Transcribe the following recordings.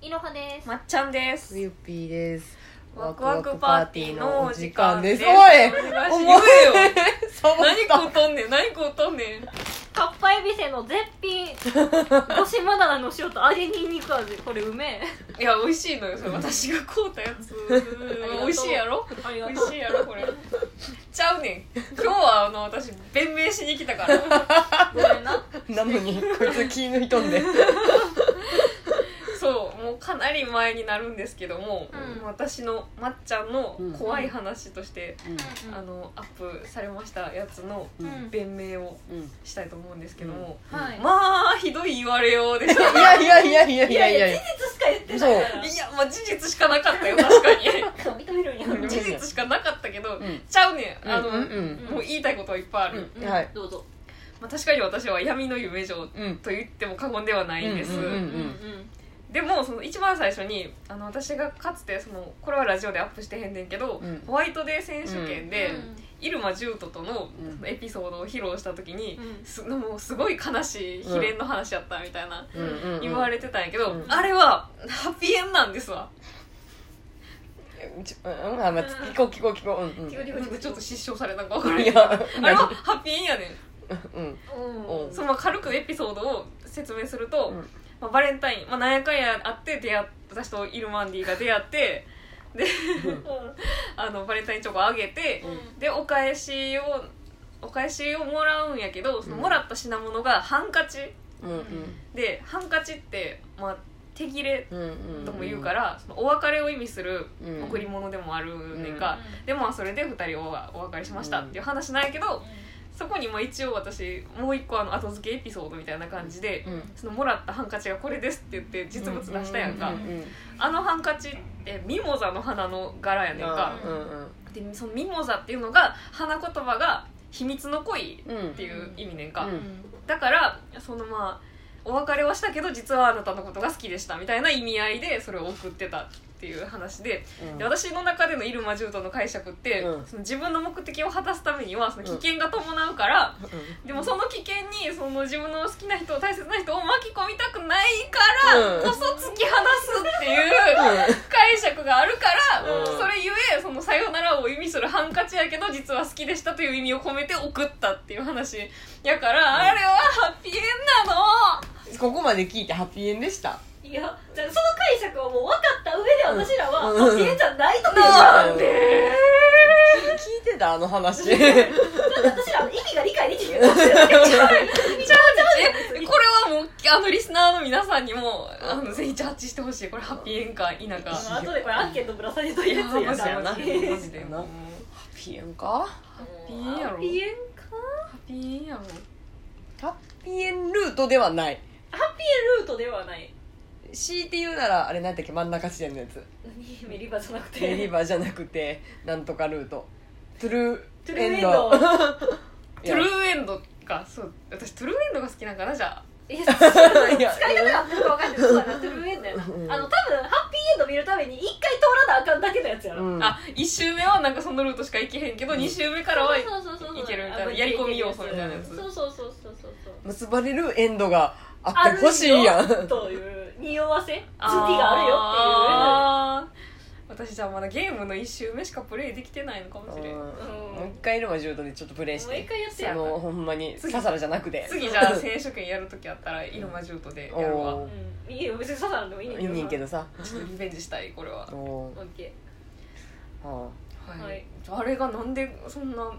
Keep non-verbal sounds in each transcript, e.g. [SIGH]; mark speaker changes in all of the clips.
Speaker 1: いろはです
Speaker 2: まっちゃんです
Speaker 3: ゆっぴーです。
Speaker 2: ワクワクパーティーのお時間です
Speaker 3: おい
Speaker 2: お
Speaker 3: 重い
Speaker 2: 願いし
Speaker 3: サボっ
Speaker 2: 何
Speaker 3: た
Speaker 2: こうとんねん何こうとんねん
Speaker 1: かっぱえびせの絶品五島棚の塩と味にんにく味これうめえ
Speaker 2: いや美味しいのよそれ私が買うたやつ
Speaker 1: がとう
Speaker 2: 美味しいやろ
Speaker 1: あり
Speaker 2: 美
Speaker 1: がと
Speaker 2: 味
Speaker 1: う
Speaker 2: しいやろこれちゃうねん今日はあの私弁明しに来た
Speaker 1: [LAUGHS]
Speaker 2: から
Speaker 1: ごめんな
Speaker 3: なのにこいつ気抜いとんで
Speaker 2: そうもうかなり前になるんですけども、
Speaker 1: うん
Speaker 2: 私のまっちゃんの怖い話として、
Speaker 1: うん
Speaker 2: あのアップされましたやつの
Speaker 1: うん
Speaker 2: 弁明を
Speaker 3: うん
Speaker 2: したいと思うんですけども、
Speaker 1: はい
Speaker 2: まあひどい言われようでした
Speaker 3: いやいやいやいやい
Speaker 1: い
Speaker 3: や
Speaker 1: や
Speaker 3: い
Speaker 1: い
Speaker 3: や
Speaker 1: や事実しか言ってないから
Speaker 2: [LAUGHS] いやまあ事実しかなかったよ確かに
Speaker 1: 認めるんや
Speaker 3: う
Speaker 2: [LAUGHS]
Speaker 3: ん
Speaker 2: 事実しかなかったけど、
Speaker 3: うん
Speaker 2: ちゃうねんあ
Speaker 3: あ
Speaker 2: の、
Speaker 3: のうん
Speaker 2: もう言いたいことはいっぱいある、
Speaker 3: うんはい
Speaker 1: どうぞ
Speaker 2: まあ、確かに私は闇の夢女
Speaker 3: うん
Speaker 2: と言っても過言ではないんです、
Speaker 3: うんうんうん
Speaker 1: うんうん
Speaker 2: でもその一番最初にあの私がかつてそのこれはラジオでアップしてへんねんけど、
Speaker 3: うん
Speaker 2: ホワイトデー選手権で、
Speaker 1: うん
Speaker 2: 入間ジュートとの
Speaker 3: うん
Speaker 2: エピソードを披露した時に、
Speaker 1: うん
Speaker 2: すもうすごい悲しい悲恋の話やったみたいな、
Speaker 3: うんうん
Speaker 2: 言われてたんやけど、
Speaker 3: うん
Speaker 2: あれはハッピーエンドなんですわ、
Speaker 3: うんちょうんあまあ聞こう聞こう聞こううんうん
Speaker 1: 急に
Speaker 2: なんかちょっと失笑されたんか分からん
Speaker 3: い
Speaker 2: け
Speaker 3: や
Speaker 2: どあれはハッピーエンドやねん
Speaker 3: うん
Speaker 1: うん
Speaker 2: その軽くエピソードを説明すると、
Speaker 3: うん
Speaker 2: まあ、バレンタイン、まあ、何やかんやあって出会っ私とイルマンディが出会ってであのバレンタインチョコあげて、
Speaker 1: う
Speaker 2: でお返しをお返しをもらうんやけどその
Speaker 3: うん
Speaker 2: もらった品物がハンカチ
Speaker 3: うんうん
Speaker 2: でハンカチって、まあ、手切れ
Speaker 3: うんうん
Speaker 2: とも言うから、そのお別れを意味する
Speaker 3: うん
Speaker 2: 贈り物でもあるねんか、
Speaker 1: うん
Speaker 2: でまあそれで2人おお別れしましたっていう話なんやけど、そこにまあ一応私もう一個あの後付けエピソードみたいな感じで、
Speaker 3: うん
Speaker 2: そのもらったハンカチがこれですって言って実物出したやんか、
Speaker 3: うんうん
Speaker 2: あのハンカチってミモザの花の柄やねんか、
Speaker 3: うんうん
Speaker 2: でそのミモザっていうのが花言葉が秘密の恋
Speaker 3: うんうん
Speaker 2: っていう意味ねんか、
Speaker 3: うん
Speaker 2: だからそのまあお別れはしたけど実はあなたのことが好きでしたみたいな意味合いでそれを送ってたっていう話でで私の中でのイルマ・ジュートの解釈って、
Speaker 3: うん
Speaker 2: その自分の目的を果たすためにはその危険が伴うから、
Speaker 3: う
Speaker 2: でもその危険にその自分の好きな人を大切な人を巻き込みたくないから
Speaker 3: うん
Speaker 2: こそ突き放すっていう解釈があるから、
Speaker 3: うん
Speaker 2: それゆえその「さよなら」を意味するハンカチやけど実は好きでしたという意味を込めて送ったっていう話やから、あれはハッピーエンドなの
Speaker 3: んここまで聞いてハッピーエンでした
Speaker 1: いやだからその解釈はもう分かった上で私らは
Speaker 3: うん
Speaker 1: ハッピーエンドじゃないと思う
Speaker 3: なんで聞いてたあの話
Speaker 1: だって私らの意味が理解できてるよ [LAUGHS] ちゃう
Speaker 2: えこれはもうあのリスナーの皆さんにもあのぜひジャッジしてほしいこれハッピーエンか否か。
Speaker 1: あとでこれアンケートぶら下げとい
Speaker 2: い
Speaker 1: て
Speaker 2: や
Speaker 1: やつや
Speaker 2: マ
Speaker 1: ん
Speaker 2: ジ
Speaker 1: ハ
Speaker 2: でマジでマジでもう
Speaker 3: ハッピーエンか
Speaker 2: ピーエンやろ
Speaker 1: ッピーエンか
Speaker 2: ハッピーエンやろ
Speaker 3: ハッピーエンルートではない
Speaker 1: ハッピーエンルートではない
Speaker 3: 強いて言うならあれなんだっけ真ん中地点のやつ
Speaker 1: 何メリバじゃなくて
Speaker 3: デリバーじゃなくてなんとかルートトゥル
Speaker 1: トゥルーエ
Speaker 3: ーエン
Speaker 1: ン
Speaker 3: ド
Speaker 1: ド
Speaker 2: トゥルーエンドかそう私トゥルーエンドが好きなんかなじゃあ
Speaker 1: いや使い方
Speaker 3: いや
Speaker 1: が合ってるか分かんないけどそうだなトゥルーエンドやなあの多
Speaker 3: うん
Speaker 1: 分ハッピーエンド見るために一回通らなあかんだけのやつやろ、
Speaker 3: うん
Speaker 2: あ1周目はなんかそのルートしか行けへんけど、
Speaker 3: うん
Speaker 2: 2周目から
Speaker 3: [LAUGHS]
Speaker 2: はい
Speaker 1: そうそうそうそう
Speaker 2: いけるみたいなやり込み要素みたいなや
Speaker 1: そ
Speaker 2: つ
Speaker 1: うそうそうそうそうそう
Speaker 3: 結ばれるエンドがあってほしいやん
Speaker 1: あるよという匂わせ好きがあ
Speaker 2: あー私じゃあまだゲームの1周目しかプレイできてないのかもしれん
Speaker 3: うんもう一回色は柔道でちょっとプレイし
Speaker 1: もう一
Speaker 3: て
Speaker 1: 回やって
Speaker 3: そ
Speaker 1: やる
Speaker 3: のほんまにささらじゃなくて
Speaker 2: 次じゃあ選手権やるときあったらイルマジュートでや
Speaker 3: お
Speaker 2: るわ
Speaker 1: る
Speaker 3: お
Speaker 1: よっていう、うん、いいよ別に刺さなんでもいいねん
Speaker 3: いいねんけ
Speaker 1: ど
Speaker 3: どさ
Speaker 2: ちょっとリベンジしたいこれは
Speaker 3: お、お
Speaker 1: オッケ
Speaker 3: は
Speaker 2: はい
Speaker 1: はい
Speaker 2: あれがなんでそんな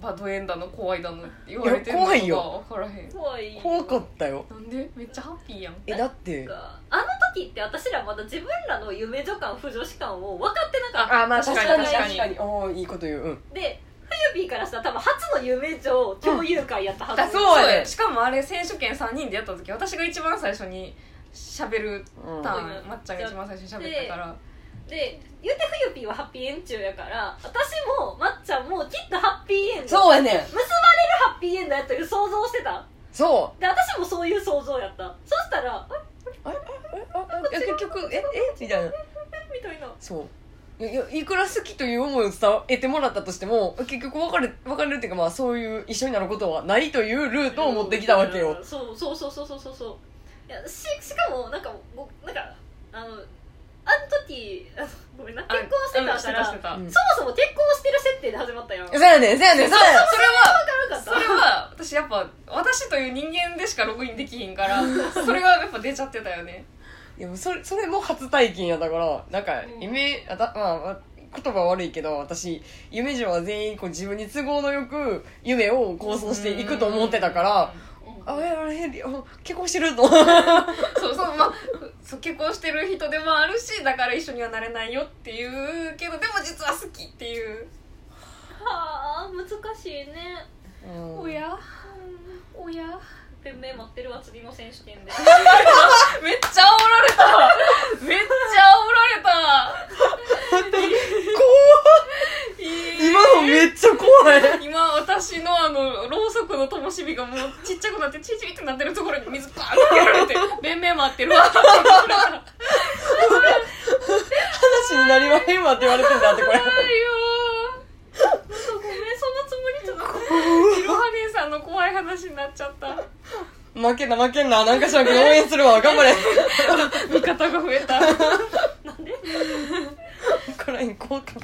Speaker 2: バドエンだの怖いだのって言われてる
Speaker 3: いや
Speaker 2: の
Speaker 3: 怖
Speaker 2: か
Speaker 3: いよ
Speaker 2: 分からへん
Speaker 1: ー怖い
Speaker 3: あ
Speaker 1: よ
Speaker 3: 怖かったよ
Speaker 2: なんでめっちゃハッピーやん
Speaker 3: えだって
Speaker 1: あの時って私らまだ自分らの夢女感不女子感を分かってなかった
Speaker 2: あまあ確かに確かに
Speaker 3: おーいいこと言ううん
Speaker 1: でフユピーからしたら多分初の夢女共有会やったはず、
Speaker 3: あそうやね
Speaker 2: しかもあれ選手権3人でやった時私が一番最初に喋る
Speaker 3: うん
Speaker 2: タ
Speaker 1: だ
Speaker 2: ーン、
Speaker 1: うん
Speaker 2: まっちゃんが一番最初に喋ったから
Speaker 1: で言うてフユピーはハッピーエン中やから私もまっちゃんもきっとハッピーエンド
Speaker 3: そうやねん
Speaker 1: 結ばれるハッピーエンドやという想像してた
Speaker 3: そう
Speaker 1: で私もそういう想像やったそしたらあれ
Speaker 3: いや結局ええみたいな
Speaker 1: みたいな
Speaker 3: そういやいやいくら好きという思いを伝えてもらったとしても結局別れ別れるっていうかまあそういう一緒になることはないというルートを持ってきたわけよ
Speaker 1: そうそうそうそうそうそうそういやししかもなんかごなんかあの
Speaker 2: せた、
Speaker 3: うん
Speaker 2: そ
Speaker 1: そもそも結婚してる設定で始まったやん
Speaker 3: そうやねんそうやね
Speaker 2: れ
Speaker 3: んそうやねん
Speaker 2: は
Speaker 1: かった
Speaker 2: それは私やっぱ私という人間でしかログインできひんからそれはやっぱ出ちゃってたよね
Speaker 3: いやもうそれそれも初体験やだからなんか
Speaker 1: うん
Speaker 3: 夢、あたまあまあ言葉悪いけど私夢女は全員こう自分に都合のよく夢を構想していくと思ってたからあ
Speaker 1: うん
Speaker 3: えあれあ結婚してるとあ
Speaker 2: そうそうまあそう結婚してる人でもあるしだから一緒にはなれないよっていうけどでも実は好きっていう、
Speaker 1: はあ難しいね
Speaker 2: おやおや
Speaker 1: ペン名持ってるわ次の選手権で
Speaker 2: めっちゃ煽られためっちゃ煽られた
Speaker 3: 今のめっちゃ怖い
Speaker 2: 今私のあのろうそくの灯火がもうちっちゃくなってチリチリってなってるところに水パーンかけられて「弁明待ってるわ」って言われたら
Speaker 3: 話になりまへんわって言われてんだってこれ
Speaker 2: 怖いよーごめんそんなつもりじゃなかったいろは姉さんの怖い話になっちゃった
Speaker 3: 負けんな負けんななんかしらんけど応援するわ頑張れ [LAUGHS]
Speaker 2: 味方が増えた
Speaker 3: これ怖かっ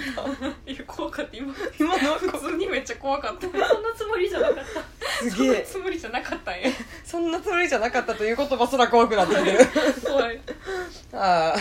Speaker 3: た
Speaker 2: いや怖かった今
Speaker 3: 今の
Speaker 2: 普通にめっちゃ怖かった
Speaker 1: そんなつもりじゃなか [LAUGHS] った
Speaker 3: すげえ
Speaker 2: つもりじゃなかったんや
Speaker 3: そんなつもりじゃなかったという言葉すら怖くなってきてる
Speaker 2: 怖い
Speaker 3: [LAUGHS] あ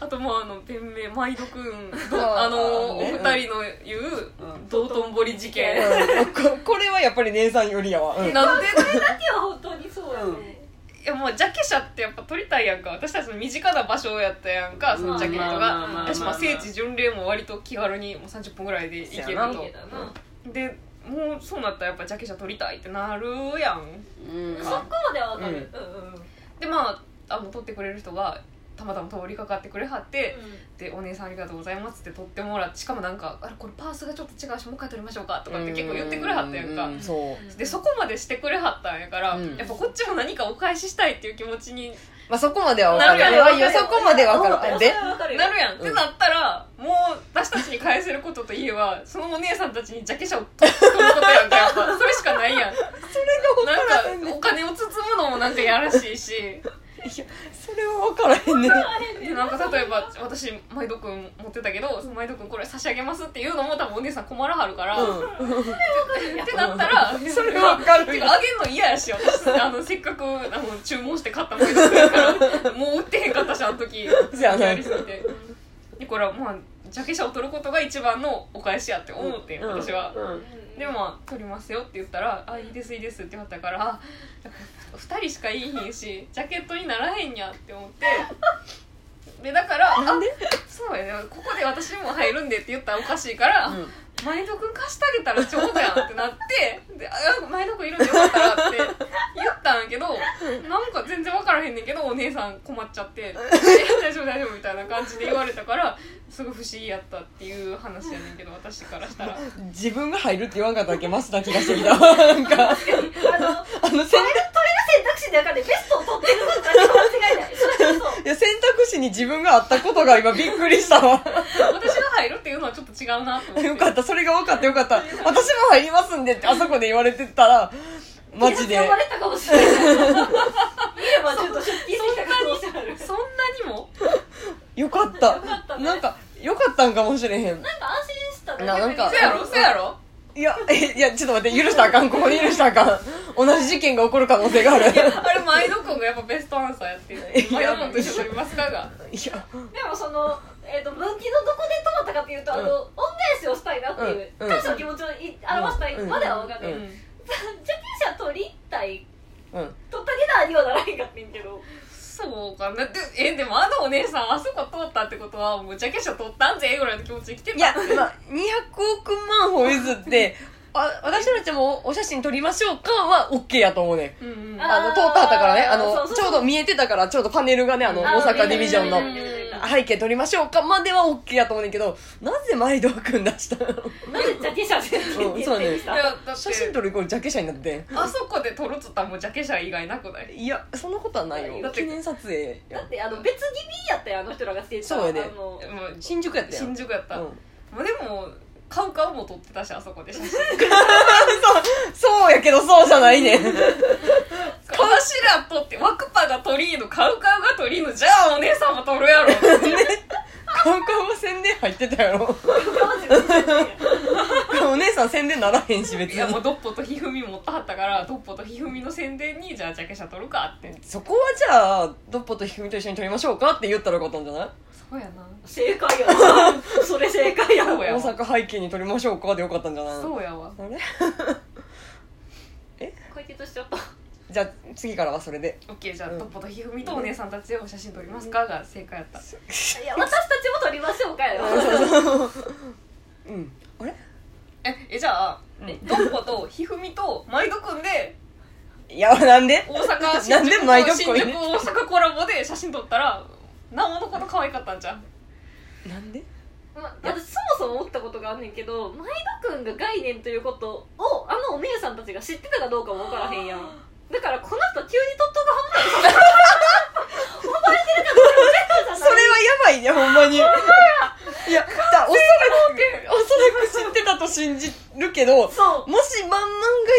Speaker 2: あともうあの弁明毎度くん
Speaker 3: あー
Speaker 2: どあの
Speaker 3: ね
Speaker 2: お二人の言う
Speaker 3: うん
Speaker 2: 道頓堀事
Speaker 3: あ、
Speaker 2: 件
Speaker 3: うん、ここれはやっぱり姉さんよりやわ、うん、
Speaker 2: なんで
Speaker 1: それだけは本当にそうだね、
Speaker 2: いやもうジャケ写ってやっぱ撮りたいやんか私たちの身近な場所やったやんかそのジャケット
Speaker 3: まあまあまあま
Speaker 2: が
Speaker 3: あ
Speaker 2: 私まあ聖地巡礼も割と気軽にもう30分ぐらいで行け
Speaker 3: そう
Speaker 2: る
Speaker 3: やな
Speaker 1: 家
Speaker 2: と
Speaker 1: だな
Speaker 2: でもうそうなったらやっぱジャケ写撮りたいってなるやん
Speaker 3: うん
Speaker 1: そこまではわかるうんうんうん
Speaker 2: でまああの撮ってくれる人がたまたま通りかかってくれはって、でお姉さんありがとうございますって撮ってもらってしかもなんかあれこれパースがちょっと違うしもう一回撮りましょうかとかって結構言ってくれはったやんか
Speaker 3: うそう
Speaker 2: でそこまでしてくれはったんやから、
Speaker 3: うん
Speaker 2: やっぱこっちも何かお返ししたいっていう気持ちに
Speaker 3: まあそこまではわかる
Speaker 2: な
Speaker 3: よ
Speaker 2: んかわかる
Speaker 3: よそこまでわかるあで
Speaker 1: で
Speaker 2: なるやん、って
Speaker 3: うん
Speaker 2: なったらもう私たちに返せることといえばそのお姉さんたちにジャケ写を取ってくることやんかやっぱそれしかないや [LAUGHS] んなんかお金を包むのもなんかやらしいし
Speaker 3: それはわからへんね
Speaker 2: でなんか例えば私毎度くん持ってたけどその毎度くんこれ差し上げますっていうのも多分お姉さん困らはるから、っ
Speaker 3: うん
Speaker 2: てなったら
Speaker 3: [LAUGHS] それはわかる
Speaker 2: てかあげんの嫌やし私あのせっかくあの注文して買った毎度くんやからもう売ってへんかったしあの時
Speaker 3: じゃあ
Speaker 2: や
Speaker 3: な
Speaker 2: りすぎてでこれはまあジャケ写を取ることが一番のお返しやって思って、
Speaker 3: うん
Speaker 2: 私は、
Speaker 3: うん
Speaker 2: でもまあ取りますよって言ったら「あいいですいいです」って言われたからあ2人しかいいひんしジャケットにならへんやって思ってでだから「あそうやねここで私も入るんで」って言ったらおかしいから「
Speaker 3: うん
Speaker 2: 前戸くん貸してあげたらちょうどやんってなってであ前戸くんいるんでよかったらって言ったんやけどなんか全然分からへんねんけどお姉さん困っちゃって「え大丈夫大丈夫」みたいな感じで言われたからすごい不思議やったっていう話やねんけど私からしたら
Speaker 3: 自分が入るって言わんかっただけマスな気がしてき [LAUGHS] たなんか [LAUGHS]
Speaker 1: あの
Speaker 3: あの
Speaker 1: 取
Speaker 3: 選
Speaker 1: れる選択肢の中でベストを取ってることが間違いないそれこそ
Speaker 3: いや選択肢に自分があったことが今びっくりしたわ [LAUGHS]
Speaker 2: 私が入るっていうのはちょっと違うなと思って
Speaker 3: よかったそれが分かったよかった私も入りますんでってあそこで言われてたらマジで
Speaker 1: 呼ばれたかもし [LAUGHS] れない家はちょっと出勤してきた可能性あ [LAUGHS] る
Speaker 2: そんなにも
Speaker 3: よかった
Speaker 1: よかったね
Speaker 3: なんかよかったんかもしれへん
Speaker 1: なんか安心したね
Speaker 3: ななんか
Speaker 2: そやろそやろ
Speaker 3: いやえいやちょっと待って許したらあかんここで許したらあかん同じ事件が起こる可能性があるいや
Speaker 2: あれ前戸くんがやっぱベストアンサーやってる前戸くんと一緒に撮りますかが
Speaker 1: でもその、えー、と分岐のどこで止まったかっていうと、あの
Speaker 3: うん
Speaker 1: 恩返しをしたいなっていう、
Speaker 3: うん
Speaker 1: 感謝の気持ちをい表したいまでは分かんない、
Speaker 3: う
Speaker 1: うんん
Speaker 2: う
Speaker 1: ジ
Speaker 2: ん
Speaker 1: ャケ写取りたい
Speaker 3: うん
Speaker 1: 取ったけどにはならへんかってんけど
Speaker 2: そうかなでえでもあのお姉さんあそこ通ったってことはもうジャケ写取ったんぜぐらいの気持ちで来てた
Speaker 3: いや、まあ、200億万歩譲ってあ私たちもお写真撮りましょうかは OK やと思うねん
Speaker 2: うんうん
Speaker 1: あ
Speaker 3: あの通ったはったからねあの
Speaker 1: そうそうそう
Speaker 3: ちょうど見えてたからちょうどパネルがねあの
Speaker 2: うん
Speaker 3: 大阪ディビジョンの
Speaker 1: あ見えてる見えてる見えてる
Speaker 3: 背景撮りましょうかまでは OK やと思うねんけどなぜ毎度くん出したの
Speaker 1: なぜジャケ写全
Speaker 3: うん
Speaker 1: 然
Speaker 3: そうね
Speaker 1: でした
Speaker 2: いやだって
Speaker 3: 写真撮るイコールジャケ写になってん
Speaker 2: あそこで撮るっつったらもうジャケ写以外なくない
Speaker 3: いやそんなことはない
Speaker 2: だ
Speaker 3: よ
Speaker 2: って
Speaker 3: 記念撮影
Speaker 1: だ
Speaker 3: や
Speaker 1: ってあの別気味やったよあの人らがしてた
Speaker 3: そうやで
Speaker 1: あの
Speaker 2: もう
Speaker 3: 新宿やったやん
Speaker 2: 新宿やった、
Speaker 3: うん
Speaker 2: まあ、でもカウカウも撮ってたしあそこで写真
Speaker 3: [LAUGHS] そうやけどそうじゃないねん
Speaker 2: カウシラ
Speaker 3: [LAUGHS]
Speaker 2: 撮ってワクパが撮りーのカウカウが撮りーのじゃあお姉さんも撮るやろって
Speaker 3: ね、カウカウは宣伝入ってたやろお姉さん宣伝ならへんし別
Speaker 2: いやもう
Speaker 3: に
Speaker 2: ドッポとひふみ持ったはったからドッポとひふみの宣伝にじゃあジャケ写撮るかって
Speaker 3: そこはじゃあドッポとひふみと一緒に撮りましょうかって言ったらよかったんじゃない
Speaker 2: そうやな
Speaker 1: 正解やなそれ正解や
Speaker 2: そうや
Speaker 1: わ
Speaker 2: わ
Speaker 3: 大阪背景に撮りましょうかでよかったんじゃない
Speaker 2: そうやわ
Speaker 3: あれ
Speaker 1: 解決しちゃった
Speaker 3: じゃあ次からはそれ
Speaker 2: [LAUGHS]
Speaker 3: で
Speaker 2: オッケーじゃあ、
Speaker 3: うん
Speaker 2: ドッポとひふみとお姉さんたちでお写真撮りますかが正解やった
Speaker 1: いや私たちも撮りましょうかよ
Speaker 3: うんあれ
Speaker 2: ええじゃあ、
Speaker 3: うん
Speaker 2: えドッポとひふみと毎度くんで
Speaker 3: いやなんで
Speaker 2: 大阪新
Speaker 3: [LAUGHS] なん
Speaker 2: 宿
Speaker 3: で毎度
Speaker 2: と
Speaker 3: く
Speaker 2: 新
Speaker 3: ん
Speaker 2: 宿大阪コラボで写真撮ったらなおのこと可愛かったんじゃん
Speaker 3: なんで
Speaker 1: ま私そもそも思ったことがあんねんけど毎度くんが概念ということをあのお姉さんたちが知ってたかどうかも分からへんやんだからこの人急にトットがハマった
Speaker 3: それはやばいねほんまにいやだおそらくおそらく知ってたと信じるけど
Speaker 1: そう
Speaker 3: もし万万が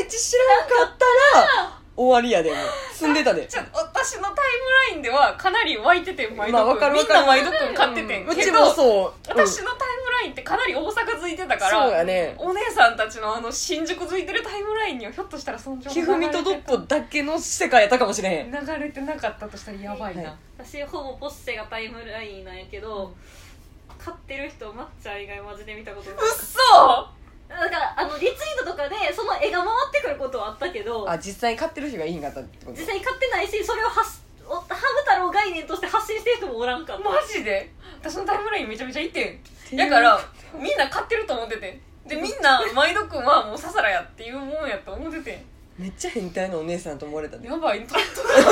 Speaker 3: 一知らんかった
Speaker 2: [LAUGHS]
Speaker 3: ら終わりやでもう住んでたで
Speaker 2: じゃあ私のタイムラインではかなり湧いてて毎
Speaker 3: まあ
Speaker 2: 度
Speaker 3: わ
Speaker 2: く
Speaker 3: か
Speaker 2: ん
Speaker 3: る
Speaker 2: み
Speaker 3: わ
Speaker 2: ん
Speaker 3: かる
Speaker 2: な毎度くん買っててん
Speaker 3: う
Speaker 2: け
Speaker 3: ち
Speaker 2: ど
Speaker 3: もそう、うん
Speaker 2: 私のタイムラインってかなり大阪付いてたから
Speaker 3: そうやね
Speaker 2: お姉さんたちのあの新宿付いてるタイムラインにはひょっとしたら尊重
Speaker 3: ひふみとドッポだけの世界やったかもしれへん
Speaker 2: 流れてなかったとしたらやばいな、
Speaker 3: はい
Speaker 1: 私ほぼポッセがタイムラインなんやけど買ってる人マッチャー以外マジで見たことないう
Speaker 2: っそ
Speaker 1: だからあのリツイートとかでその絵が回ってくることはあったけど
Speaker 3: あ実際に買ってる人がいいんかったってこと
Speaker 1: 実際に買ってないしそれを発おハム太郎概念として発信してる人もおらんかった
Speaker 2: マジで私のタイムラインめちゃめちゃいてんだからみんな買ってると思っててんでみんな毎度くんはもうささらやっていうもんやと思ってて
Speaker 3: めっちゃ変態のお姉さんと思われた
Speaker 2: ん
Speaker 3: で
Speaker 2: やばいドットコハ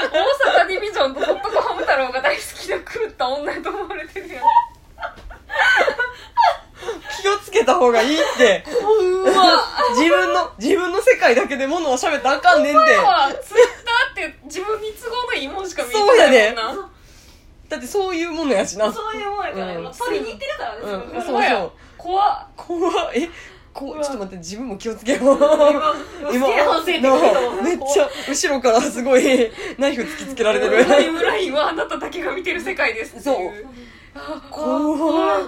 Speaker 2: ム太郎大阪ディビジョンとドットコハム太郎が大好きな狂った女やと思われてるやん
Speaker 3: 気をつけた方がいいって
Speaker 2: うわ
Speaker 3: 自分の自分の世界だけで物を喋ったらあかんねん
Speaker 2: 前
Speaker 3: て
Speaker 2: はツイッターって自分に都合のいいもんしか見えてないもんな
Speaker 1: そう
Speaker 3: だってそういうものやしな
Speaker 1: そういうもんやから、
Speaker 3: うん
Speaker 1: 取りに行ってるからね、
Speaker 3: うん
Speaker 1: 自分か
Speaker 3: そ
Speaker 1: ら
Speaker 3: う
Speaker 2: 怖や怖っ
Speaker 3: 怖いえこうちょっと待って自分も気をつけよう
Speaker 1: 今今
Speaker 3: め
Speaker 1: 正
Speaker 3: っ
Speaker 1: 反省ってこと
Speaker 3: ちゃ後ろからすごいナイフ突きつけられてる
Speaker 2: タイムラインはあなただけが見てる世界ですっていう
Speaker 3: そ
Speaker 2: あ
Speaker 3: 怖い
Speaker 2: あ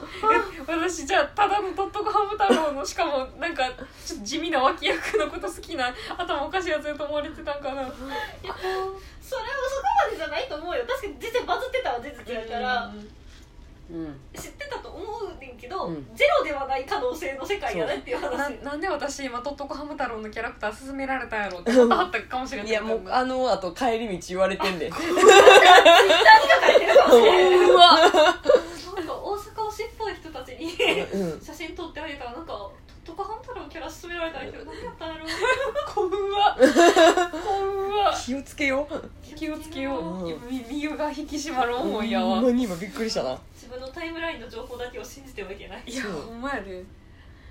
Speaker 2: え私じゃあただのトットコハム太郎のしかもなんかちょっと地味な脇役のこと好きな頭おかしいやつやと思われてたんか
Speaker 1: それ
Speaker 2: な
Speaker 1: はそこまでじゃないと思うよ確かに全然バズってたは事実やから
Speaker 3: うん
Speaker 1: 知ってたと思うねんけど、
Speaker 3: うん
Speaker 1: ゼロではない可能性の世界やねっていう
Speaker 2: な
Speaker 1: 話
Speaker 2: なんで私今トットコハム太郎のキャラクター勧められたんやろってまたあったかもしれない
Speaker 3: いやもうあのあと帰り道言われてんで
Speaker 1: 何が書いてるかもしれな
Speaker 3: [LAUGHS]
Speaker 1: いう
Speaker 2: わ
Speaker 1: なんか大阪推しっぽい人たちに
Speaker 3: うん
Speaker 1: 写真撮ってあげたらなんか「トットカハンタロのキャラ勧められた人何やったんやろ?」
Speaker 2: こうわこうわ
Speaker 3: 気をつけよう
Speaker 2: 気をつけよう、
Speaker 3: う
Speaker 2: み身が引き締まる思いやわ、
Speaker 3: ほんまに今びっくりしたな
Speaker 1: 自分のタイムラインの情報だけを信じてはいけない
Speaker 2: いや
Speaker 3: そう
Speaker 2: ほんまやで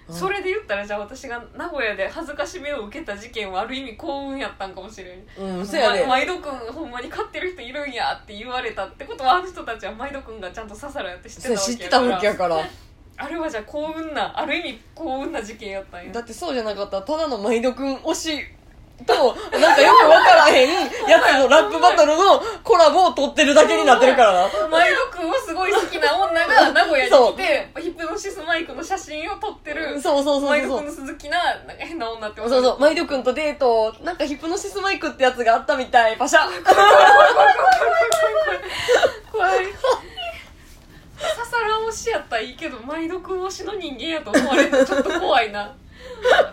Speaker 2: それで言ったらじゃあ私が名古屋で恥ずかしめを受けた事件はある意味幸運やったんかもしれん
Speaker 3: うんそうやで
Speaker 2: ま毎度くんほんまに飼ってる人いるんやって言われたってことはあの人たちは毎度くんがちゃんとささらやって知ってた
Speaker 3: そうや
Speaker 2: わけ
Speaker 3: 知
Speaker 2: や
Speaker 3: ってたわけやから
Speaker 2: あれはじゃあ幸運なある意味幸運な事件やったんや
Speaker 3: だってそうじゃなかったらただの毎度くん推しとなんかよくわからへんやつのラップバトルのコラボを撮ってるだけになってるからな
Speaker 2: 毎度くんをすごい好きな女が名古屋に来てヒプノシスマイクの写真を撮ってる
Speaker 3: そうそうそ
Speaker 2: 毎
Speaker 3: う
Speaker 2: 度
Speaker 3: そ
Speaker 2: くん
Speaker 3: う
Speaker 2: の鈴木ななんか変な女って
Speaker 3: そうそう、マイドくんとデート、なんかヒプノシスマイクってやつがあったみたい、パシャ
Speaker 2: 怖いささら推しやったらいいけど毎度くん推しの人間やと思われるとちょっと怖いな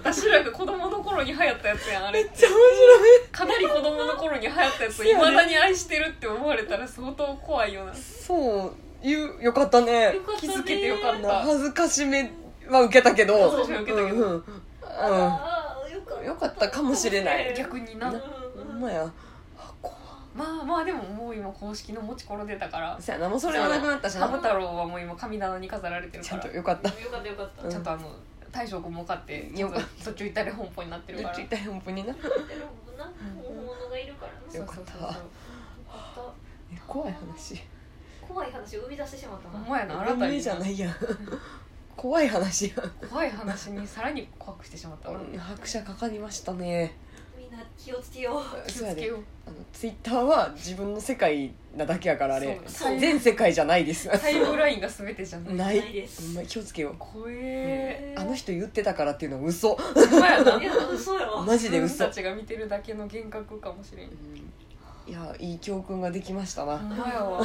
Speaker 2: 私らが子供の頃に流行ったやつやんあ
Speaker 3: めっ
Speaker 2: れ
Speaker 3: ちゃ面白い。
Speaker 2: かなり子供の頃に流行ったやつ
Speaker 3: そう
Speaker 2: い
Speaker 3: やね
Speaker 2: まだに愛してるって思われたら相当怖いよな
Speaker 3: そう、いう、よかったね。
Speaker 1: か
Speaker 2: 気づけてよかっ
Speaker 3: な
Speaker 2: た
Speaker 3: 恥ずかしめは受けたけど。
Speaker 2: 恥ずかしめは受けたけど
Speaker 3: うんうん。う
Speaker 1: ああよか
Speaker 3: ん。よかったかもしれない。
Speaker 2: 逆にな
Speaker 1: うん
Speaker 3: ほ
Speaker 1: うんんうん
Speaker 3: まや。あ怖い
Speaker 2: まあまあでももう今公式の持ちころ出たから
Speaker 3: そうやな、もうそれはなくなったし
Speaker 2: ハム
Speaker 3: な。
Speaker 2: 太郎はもう今神棚に飾られてる
Speaker 3: ちゃ
Speaker 2: か
Speaker 3: ん
Speaker 2: ら
Speaker 3: と
Speaker 2: ち
Speaker 3: よかった。
Speaker 1: よかったよかった
Speaker 3: うん
Speaker 2: ゃんとあの大将君も買ってちょっと途中行ったり本舗になってる
Speaker 3: め
Speaker 2: か
Speaker 3: っ
Speaker 2: ら
Speaker 3: ちゃ痛い、本当にな。
Speaker 1: でもな本物がいるからな
Speaker 2: そうそうそうそう
Speaker 1: よかっ
Speaker 3: え怖い話。
Speaker 1: た怖い話を生み出してしまった
Speaker 2: ほん
Speaker 1: な
Speaker 2: まやな新た
Speaker 3: 夢
Speaker 2: に
Speaker 3: じ
Speaker 2: [LAUGHS]
Speaker 3: ゃないやん。怖い話やん。
Speaker 2: 怖い話にさらに怖くしてしまったな
Speaker 3: うん拍車かかりましたね。
Speaker 1: みんな気をつけよう
Speaker 3: そう
Speaker 2: 気をつけ
Speaker 3: やで
Speaker 2: よう
Speaker 3: あのツイッターは自分の世界なだけやからあれ
Speaker 2: そうそう
Speaker 3: 全世界じゃないです
Speaker 2: タイムラインが全てじゃない
Speaker 3: ない
Speaker 1: ないです
Speaker 3: ほんまに気をつけよう
Speaker 2: 怖え
Speaker 3: あの人言ってたからっていうのは
Speaker 2: ホ
Speaker 3: 嘘
Speaker 2: ンマやない
Speaker 1: や嘘
Speaker 3: [LAUGHS]
Speaker 1: よ
Speaker 3: マジで
Speaker 2: 自
Speaker 3: 嘘
Speaker 2: 分たちが見てるだけの幻覚かもしれん
Speaker 3: うんいやいい教訓ができましたな、
Speaker 2: ホ
Speaker 3: あ
Speaker 2: ンマやわ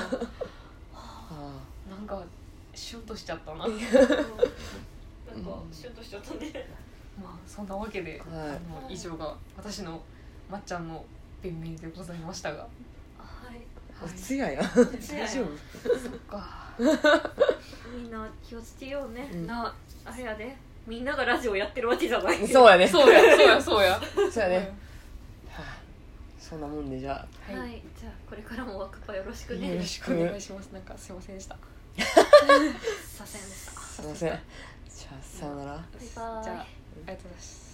Speaker 3: あ
Speaker 2: なんかシュンとしちゃったな
Speaker 1: なんかシュッとしちゃったね
Speaker 2: まあそんなわけで、
Speaker 3: はい
Speaker 2: あの以上が私のまっちゃんの弁明でございましたが、
Speaker 1: はい
Speaker 3: お通夜や
Speaker 1: 通夜や
Speaker 3: 大丈夫
Speaker 2: そっか
Speaker 1: みんな気をつけようね、
Speaker 3: うん
Speaker 2: な
Speaker 1: あれやでみんながラジオやってるわけじゃない
Speaker 3: そうやねそ
Speaker 2: そうやそうやそうや
Speaker 3: うやね、はいそんなもんでじゃ
Speaker 1: はい、
Speaker 2: はい、
Speaker 1: じゃあこれからもワクパよろし
Speaker 3: あ
Speaker 1: く
Speaker 3: よ
Speaker 1: ね
Speaker 3: ろ
Speaker 1: す
Speaker 3: しく
Speaker 2: お願いしますなんかすいませんでした
Speaker 1: させんでした
Speaker 3: すいませんじゃあさよなら
Speaker 1: バイバイ
Speaker 2: じゃあありがとうございます